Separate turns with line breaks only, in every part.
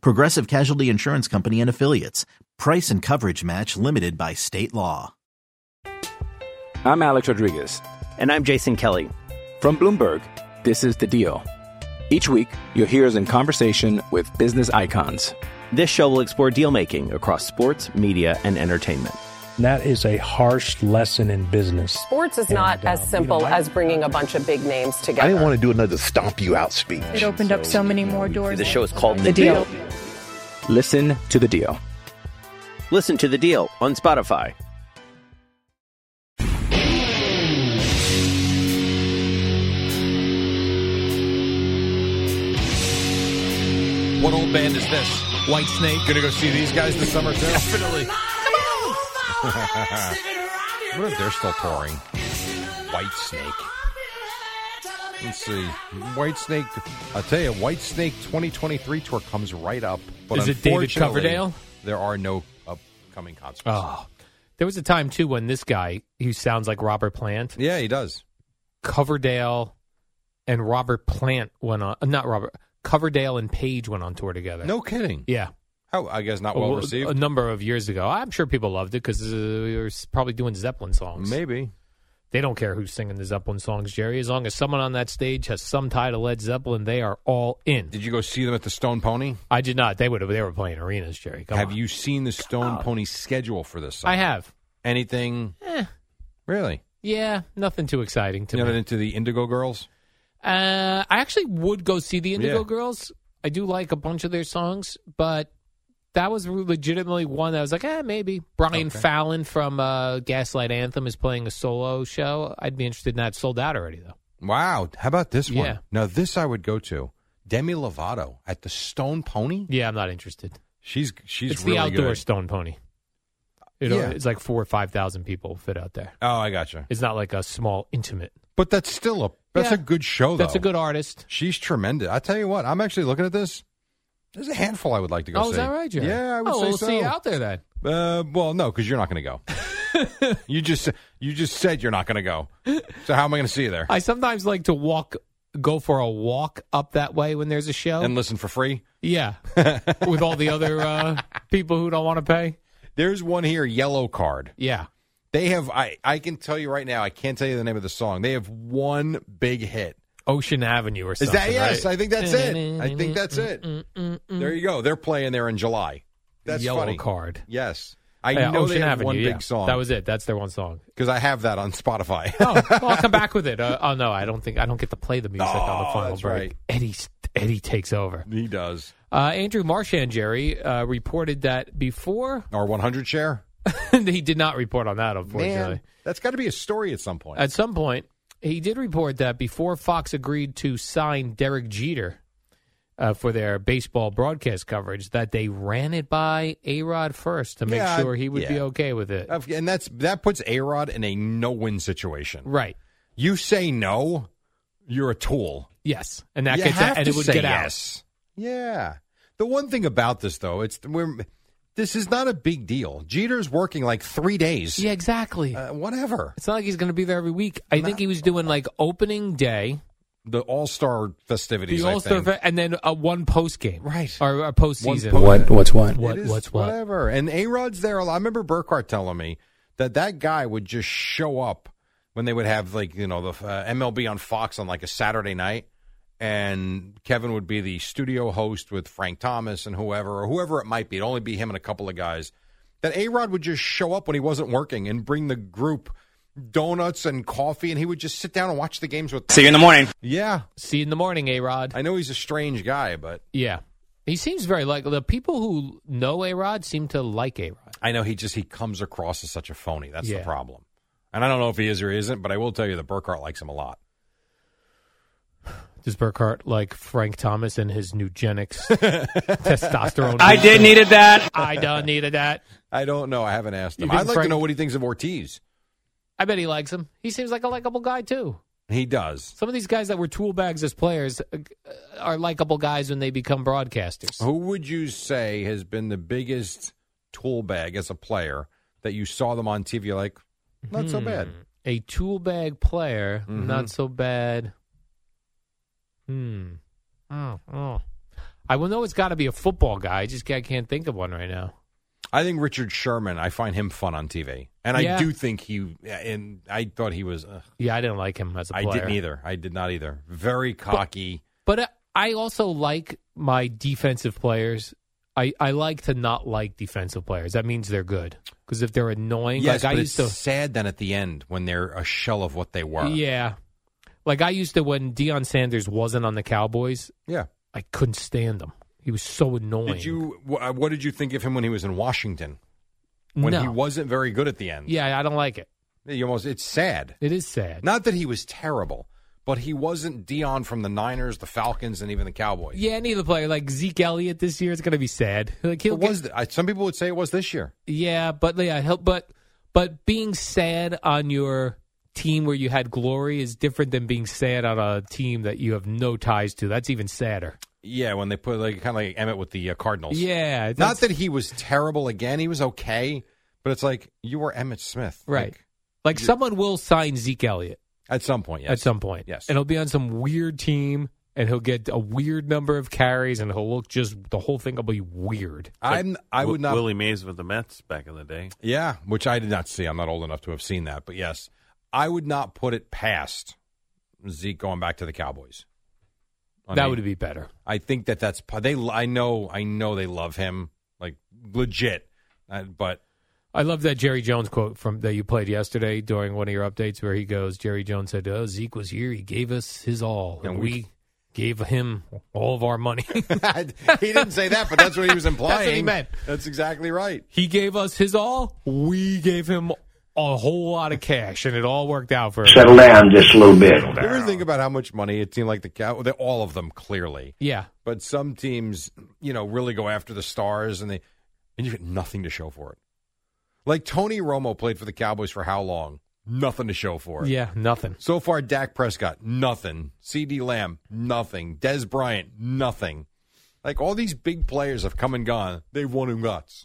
Progressive Casualty Insurance Company and Affiliates. Price and coverage match limited by state law.
I'm Alex Rodriguez.
And I'm Jason Kelly.
From Bloomberg, this is The Deal. Each week, you'll hear us in conversation with business icons.
This show will explore deal making across sports, media, and entertainment.
That is a harsh lesson in business.
Sports is not
And,
as
um,
simple
you know, I-
as bringing a bunch of big names together.
I didn't want to do another stomp you out speech.
It opened up so many more doors.
The show is called The,
Deal.
Listen to The Deal.
Listen to The Deal on Spotify.
What old band is this? White Snake. Gonna go see these guys this summer too. Definitely. I wonder if they're still touring. White Snake. Let's see. White Snake. I'll tell you, White Snake 2023 tour comes right up. But
Is it David
unfortunately,
Coverdale?
There are no upcoming concerts.
Oh, there was a time too when this guy who sounds like Robert Plant,
Yeah, he does.
Coverdale, and Robert Plant went on. uh, Not Robert Coverdale and Page went on tour together.
No kidding.
yeah,
How I guess not
A-
well,
a-
received.
A number of years ago, I'm sure people loved it because uh, we were s- probably doing Zeppelin songs.
Maybe.
They don't care who's singing the Zeppelin songs, Jerry. As long as someone on that stage has some tie to Led Zeppelin, they are all in.
Did you go see them at the Stone Pony?
I did not. They would have. They were playing arenas, Jerry. Come
have
on.
you seen the Stone Pony schedule for this summer?
I have.
Anything?
Eh.
Really?
Yeah, nothing too exciting to
You're
me.
not into the Indigo Girls?
Uh, I actually would go see the Indigo
Yeah.
Girls. I do like a bunch of their songs, but that was legitimately one that I was like, eh, maybe. Brian Fallon from uh, Gaslight Anthem is playing a solo show. I'd be interested in that. Sold out already, though.
Wow. How about this one?
Yeah.
Now, this I would go to. Demi Lovato at the Stone Pony.
Yeah, I'm not interested.
She's she's
it's
really
the outdoor
good.
Stone Pony. It,
Yeah.
It's like four or 5,000 people fit out there.
Oh, I gotcha.
It's not like a small, intimate.
But that's still a that's
Yeah.
a good show.
That's a
Oh, though.
good artist.
She's tremendous. I tell you what, I'm actually looking at this. There's a handful I would like to go
Oh,
see.
is that right, Jerry?
Yeah, I would
oh,
say
we'll
so.
see you out there then.
Uh, well, no, because you're not going to go. you just you just said you're not going to go. So how am I going to see you there
I sometimes like to walk, go for a walk up that way when there's a show.
and listen for free?
Yeah, with all the other uh, people who don't want to pay.
There's one here, yellow card.
Yeah,
They have I I can tell you right now, I can't tell you the name of the song. They have one big hit.
Ocean Avenue or
Is
something.
that yes?
right? Mm-hmm.
I think that's it. I think that's it. There you go. They're playing there in July. That's
Yellow
funny.
card.
Yes. I
Yeah,
know
Ocean
they have
Avenue.
one big
yeah.
song.
That was it. That's their one song.
because I have that on Spotify.
Oh, well, I'll come back with it. Uh, oh no, I don't think I don't get to play the music on the
Oh,
final
that's
break.
right.
Eddie Eddie takes over.
he does.
Uh, Andrew Marchand, Jerry, uh, reported that before
Our 100 share.
he did not report on that. Unfortunately,
that's got to be a story at some point.
At some point, he did report that before Fox agreed to sign Derek Jeter uh, for their baseball broadcast coverage, that they ran it by A Rod first to make
Yeah,
sure he would be
yeah. Uh,
okay with it.
Of- and that's that puts A Rod in a no win situation.
right.
You say no, you're a tool.
Yes. And that
You
gets
have
out, and
to
it would
say
get
yes. Yeah. The one thing about this though, it's we're this is not a big deal. Jeter's working like three days.
out. Yeah, exactly.
Uh, whatever.
it's not like he's going to be there every week. I think he was doing like opening day,
The All Star festivities.
the
I
All Star,
think.
and then uh, one post game,
Right.
Or a postseason.
One post-
What's what?
What-
It is
what's what?
Whatever. And A Rod's there. a lot. I remember Burkhart telling me that that guy would just show up when they would have like you know the uh, MLB on Fox on like a Saturday night, and Kevin would be the studio host with Frank Thomas and whoever or whoever it might be. It'd only be him and a couple of guys. That A Rod would just show up when he wasn't working and bring the group donuts and coffee, and he would just sit down and watch the games with.
See you in the morning.
Yeah,
See you in the morning, A Rod.
I know he's a strange guy, but
Yeah. He seems very like the people who know A Rod seem to like A Rod.
I know he just he comes across as such a phony. That's the
Yeah.
problem. And I don't know if he is or he isn't, but I will tell you that Burkhart likes him a lot.
Does Burkhart like Frank Thomas and his Nugenics testosterone?
needed that.
I done needed that.
I don't know. I haven't asked
You
him.
think
I'd like to
Frank-
know what he thinks of Ortiz.
I bet he likes him. He seems like a likable guy too.
He does.
Some of these guys that were tool bags as players uh, are likable guys when they become broadcasters.
Who would you say has been the biggest tool bag as a player that you saw them on TV? You're like, not so bad.
A tool bag player, not so bad. Hmm. Oh, oh. I will know it's got to be a football guy. I just I can't think of one right now.
I think Richard Sherman. I find him fun on TV, and I
Yeah.
do think he. And I thought he was. ugh,
Yeah, I didn't like him as a
I
player.
didn't either. I did not either. Very cocky.
But uh, I also like my defensive players. I, I like to not like defensive players. That means they're good. Because if they're annoying,
yes,
like I
but
used
it's
to.
sad then at the end when they're a shell of what they were.
Yeah. Like I used to, when Deion Sanders wasn't on the Cowboys,
Yeah.
I couldn't stand him. He was so annoying.
Did you? wh- uh, What did you think of him when he was in Washington? When
no.
he wasn't very good at the end.
Yeah, I don't like it.
You almost. It's sad.
It is sad.
Not that he was terrible, but he wasn't Dion from the Niners, the Falcons, and even the Cowboys.
Yeah, any of the player like Zeke Elliott this year, it's going to be sad. Like he'll
It was. th- I, some people would say it was this year.
get- yeah, but yeah, he'll, but but being sad on your team where you had glory is different than being sad on a team that you have no ties to. That's even sadder.
Yeah, when they put like kind of like Emmett with the uh, Cardinals.
Yeah,
Not
that's-
that he was terrible again. He was okay, but it's like you were Emmett Smith,
right.
Like,
Like someone will sign Zeke Elliott
at some point, yes.
at some point.
Yes.
and he'll be on some weird team. And he'll get a weird number of carries, and he'll look just the whole thing will be weird.
I'm. I would not.
Willie Mays with the Mets back in the day.
Yeah, which I did not see. I'm not old enough to have seen that, but yes, I would not put it past Zeke going back to the Cowboys. I
that
mean,
would be better.
I think that that's po- they. I know. I know they love him like legit, uh, but
I love that Jerry Jones quote from that you played yesterday during one of your updates, where he goes, "Jerry Jones said, oh, Zeke was here. He gave us his all, and,
And
we,
we-
gave him all of our money.
he didn't say that. But that's what he was implying.
That's what he meant.
That's exactly right.
he gave us his all. We gave him a whole lot of cash, and it all worked out for him.
Settle down just a little bit.
You ever think about how much money it seemed like the cow? they- All of them clearly,
Yeah,
but some teams, you know, really go after the stars, and they and you get nothing to show for it. Like Tony Romo played for the Cowboys for how long? Nothing to show for it.
yeah, nothing.
So far, Dak Prescott, nothing. C.D. Lamb, nothing. Des Bryant, nothing. Like all these big players have come and gone. They've won and guts.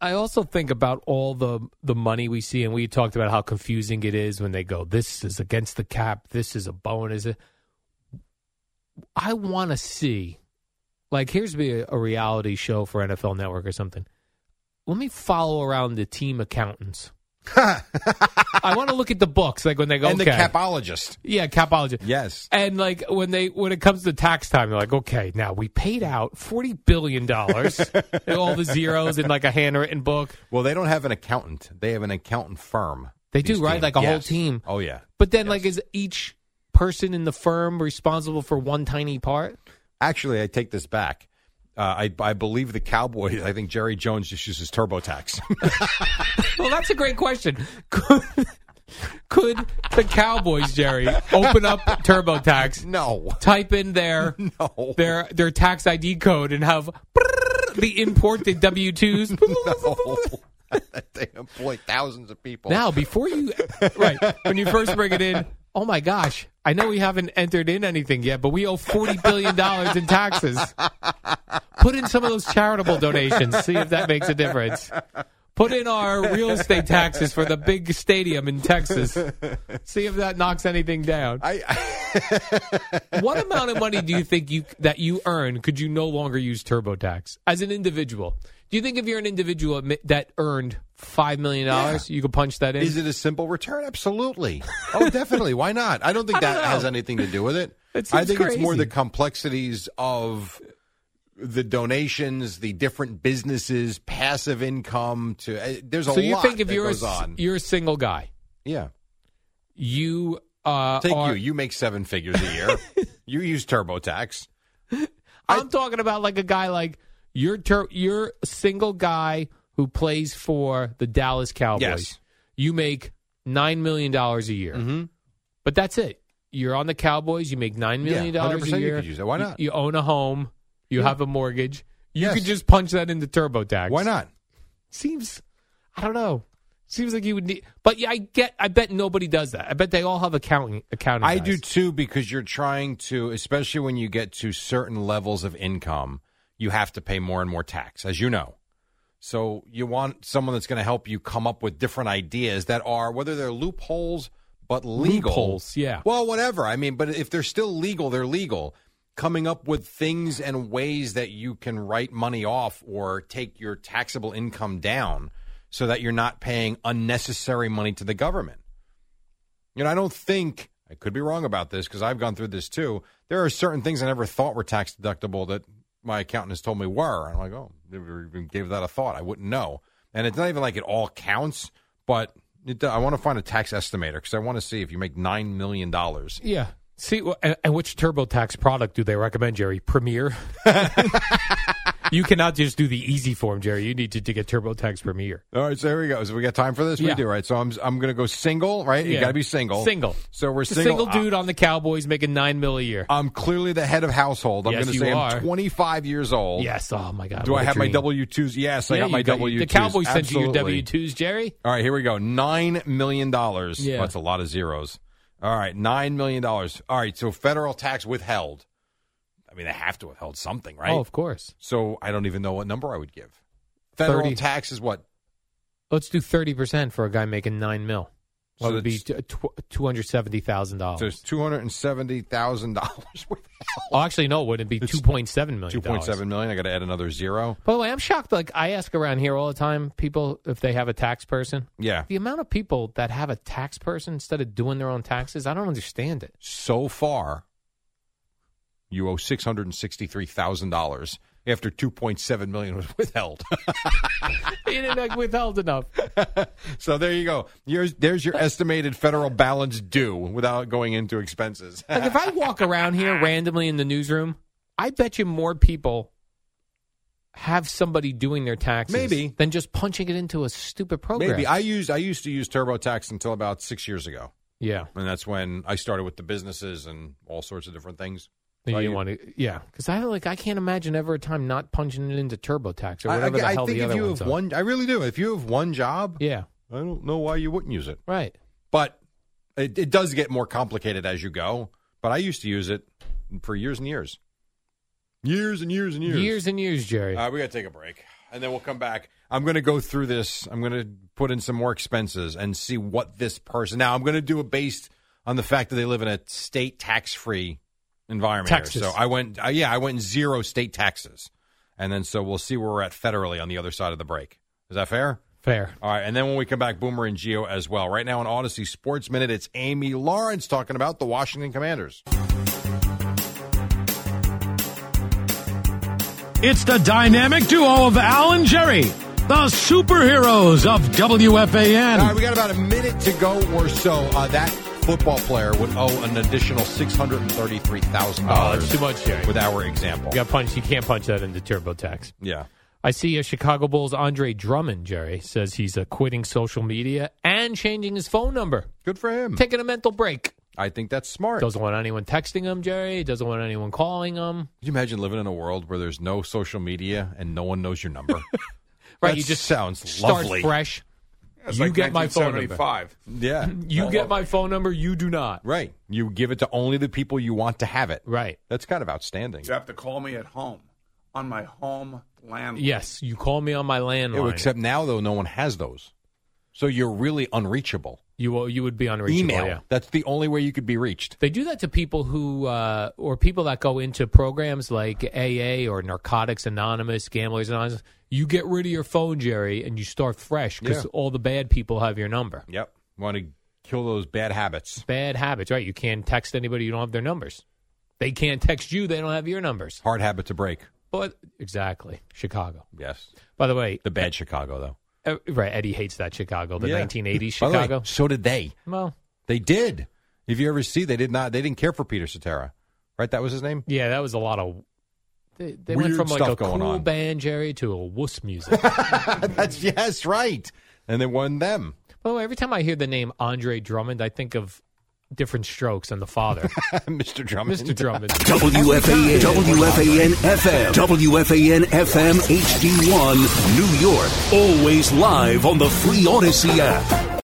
I also think about all the the money we see, and we talked about how confusing it is when they go, "This is against the cap. This is a bonus." I want to see, like, here's be a, a reality show for NFL Network or something. Let me follow around the team accountants. I want to look at the books, like when they go,
And the
okay.
capologist.
yeah, capology.
Yes.
And like when they when it comes to tax time, they're like, okay, now we paid out forty billion dollars, all the zeros in like a handwritten book.
Well, they don't have an accountant. They have an accountant firm.
They do,
These
right?
teams.
Like a whole
Yes.
team.
Oh yeah.
But then, like, is each person in the firm responsible for one tiny part?
Actually, I take this back. Uh, I, I believe the Cowboys. I think Jerry Jones just uses TurboTax.
Well, that's a great question. Could, could the Cowboys, Jerry, open up TurboTax,
no,
type in their
No.
their their tax ID code, and have the imported W twos?
no. they employ thousands of people.
Now, before you, right, when you first bring it in, oh my gosh, I know we haven't entered in anything yet, but we owe $40 billion in taxes. Put in some of those charitable donations, see if that makes a difference. Put in our real estate taxes for the big stadium in Texas. See if that knocks anything down.
I, I
What amount of money do you think you that you earn could you no longer use TurboTax as an individual? Do you think if you're an individual admi- that earned five million dollars, you could punch that in?
Is it a simple return? Absolutely. Oh, definitely. Why not? I don't think
I don't
that
know.
has anything to do with it.
It
I
seems
think it's more
crazy.
the complexities of the donations, the different businesses, passive income. To uh, there's a
so you
lot
think if
that
you're a,
goes
s-
on.
you're a single guy,
yeah,
you uh,
take
are-
you. You make seven figures a year. you use TurboTax.
I'm talking about like a guy like you're ter- you're a single guy who plays for the Dallas Cowboys.
Yes. Mm-hmm.
You make nine million dollars a year, but that's it. You're on the Cowboys. You make nine million
Yeah,
dollars a
100% you
year.
could use that. Why
You-
not?
You, own a home. You have a mortgage. You
Yes.
could just punch that into TurboTax.
Why not?
Seems I don't know. Seems like you would need, but yeah, I get. I bet nobody does that. I bet they all have accounting. Accounting.
I
guys.
do too because you're trying to, especially when you get to certain levels of income, you have to pay more and more tax, as you know. So you want someone that's going to help you come up with different ideas that are whether they're loopholes but legal.
Loopholes, yeah.
Well, whatever. I mean, but if they're still legal, they're legal. Coming up with things and ways that you can write money off or take your taxable income down so that you're not paying unnecessary money to the government. You know, I don't think I could be wrong about this because I've gone through this too. There are certain things I never thought were tax deductible that my accountant has told me were. I'm like, oh, never even gave that a thought. I wouldn't know. And it's not even like it all counts, but it, I want to find a tax estimator because I want to see if you make nine million dollars.
Yeah. See, wh- and, and which TurboTax product do they recommend, Jerry? Premier. you cannot just do the easy form, Jerry. You need to, to get TurboTax Premier.
All right, so here we go. So we got time for this. We
Yeah.
do right. So I'm I'm going to go single. Right, you
Yeah.
got to be single.
Single.
So we're
A
single. uh,
single dude on the Cowboys making nine mil a year.
I'm clearly the head of household. I'm
Yes,
going to
you
say
are.
I'm 25 years old.
yes. Oh my God.
Do
what
I
a
have my
dream.
W twos? Yes, I
Yeah,
got
you
my
your-
W twos.
The Cowboys sent you your W twos, Jerry.
All right, here we go. Nine million dollars.
Yeah.
that's a lot of zeros. All right, nine million dollars. All right, so federal tax withheld. I mean, they have to withhold something, right?
Oh, of course.
So I don't even know what number I would give. Federal
30.
tax is what?
Let's do thirty percent for a guy making nine mil. What
So
would be two hundred seventy thousand
So it's
dollars?
two hundred and seventy thousand dollars withheld.
Oh, actually, no. Wouldn't it be
It's
two point seven million?
Two point seven million. I got to add another zero.
By the way, I'm shocked. Like I ask around here all the time, people if they have a tax person.
Yeah.
The amount of people that have a tax person instead of doing their own taxes, I don't understand it.
so far, you owe six hundred and sixty-three thousand dollars after two point seven million was withheld.
They didn't like, withheld enough.
so there you go. Yours, there's your estimated federal balance due without going into expenses.
Like if I walk around here randomly in the newsroom, I bet you more people have somebody doing their taxes
Maybe.
than just punching it into a stupid program.
Maybe I used I used to use TurboTax until about six years ago,
yeah.
and that's when I started with the businesses and all sorts of different things.
You
I-
didn't want to, yeah, because I don't like. I can't imagine ever a time not punching it into TurboTax or
I-
whatever
I,
the
I
hell
think
the
if
other
you
ones
have
are.
one, I really do. If you have one job,
yeah,
I don't know why you wouldn't use it.
right.
But it, it does get more complicated as you go. But I used to use it for years and years. Years and years and years. Uh,
and years, Jerry.
All right, we got to take a break. And then we'll come back. I'm going to go through this. I'm going to put in some more expenses and see what this person. Now, I'm going to do it based on the fact that they live in a state tax free environment. here.
Texas.
So I went, uh, yeah, I went zero state taxes. And then so we'll see where we're at federally on the other side of the break. Is that fair?
Fair.
All right, and then when we come back, Boomer and Geo as well. Right now on Odyssey Sports Minute, it's Amy Lawrence talking about the Washington Commanders.
It's the dynamic duo of Al and Jerry, the superheroes of
All right,
WFAN.
we got about a minute to go or so. Uh, that football player would owe an additional six hundred and thirty-three thousand
Oh,
dollars
that's too much, Jerry.
with our example.
You got punched. You can't punch that into TurboTax.
Yeah,
I see a Chicago Bulls Andre Drummond, Jerry, says he's uh, quitting social media and changing his phone number,
good for him.
taking a mental break.
I think that's smart.
Doesn't want anyone texting him, Jerry. Doesn't want anyone calling him.
Could you imagine living in a world where there's no social media and no one knows your number?
Right,
That
you just
sounds
start
lovely.
fresh. you get my phone number.
yeah,
You get my phone number. You do not.
right. You give it to only the people you want to have it.
Right.
That's kind of outstanding.
You have to call me at home on my home landline.
Oh,
Yes, you call me on my landline.
except now though, no one has those. So you're really unreachable.
You you would be unreachable.
Email.
Yeah.
That's the only way you could be reached.
They do that to people who, uh, or people that go into programs like AA or Narcotics Anonymous, Gamblers Anonymous. You get rid of your phone, Jerry, and you start fresh because
Yeah.
all the bad people have your number.
Yep. Want to kill those bad habits.
Bad habits, right? You can't text anybody; you don't have their numbers. They can't text you; they don't have your numbers.
Hard habit to break.
But exactly, Chicago.
Yes.
By the way,
The bad Chicago, though.
uh, right? Eddie hates that Chicago, the
Yeah.
1980s
By the way,
Chicago.
so did they.
well,
They did. If you ever see, they did not. They didn't care for Peter Cetera, right? That was his name.
yeah, that was a lot of. They, they
Weird
went from like
stuff
a
going
cool
on.
band, Jerry, to a wuss music.
That's yes, right. And they won them.
By the way, Oh, every time I hear the name Andre Drummond, I think of different strokes and the father,
Mr. Drummond.
Mr. Drummond.
WFAN, WFAN FM, WFAN FM HD1, New York. Always live on the Free Odyssey app.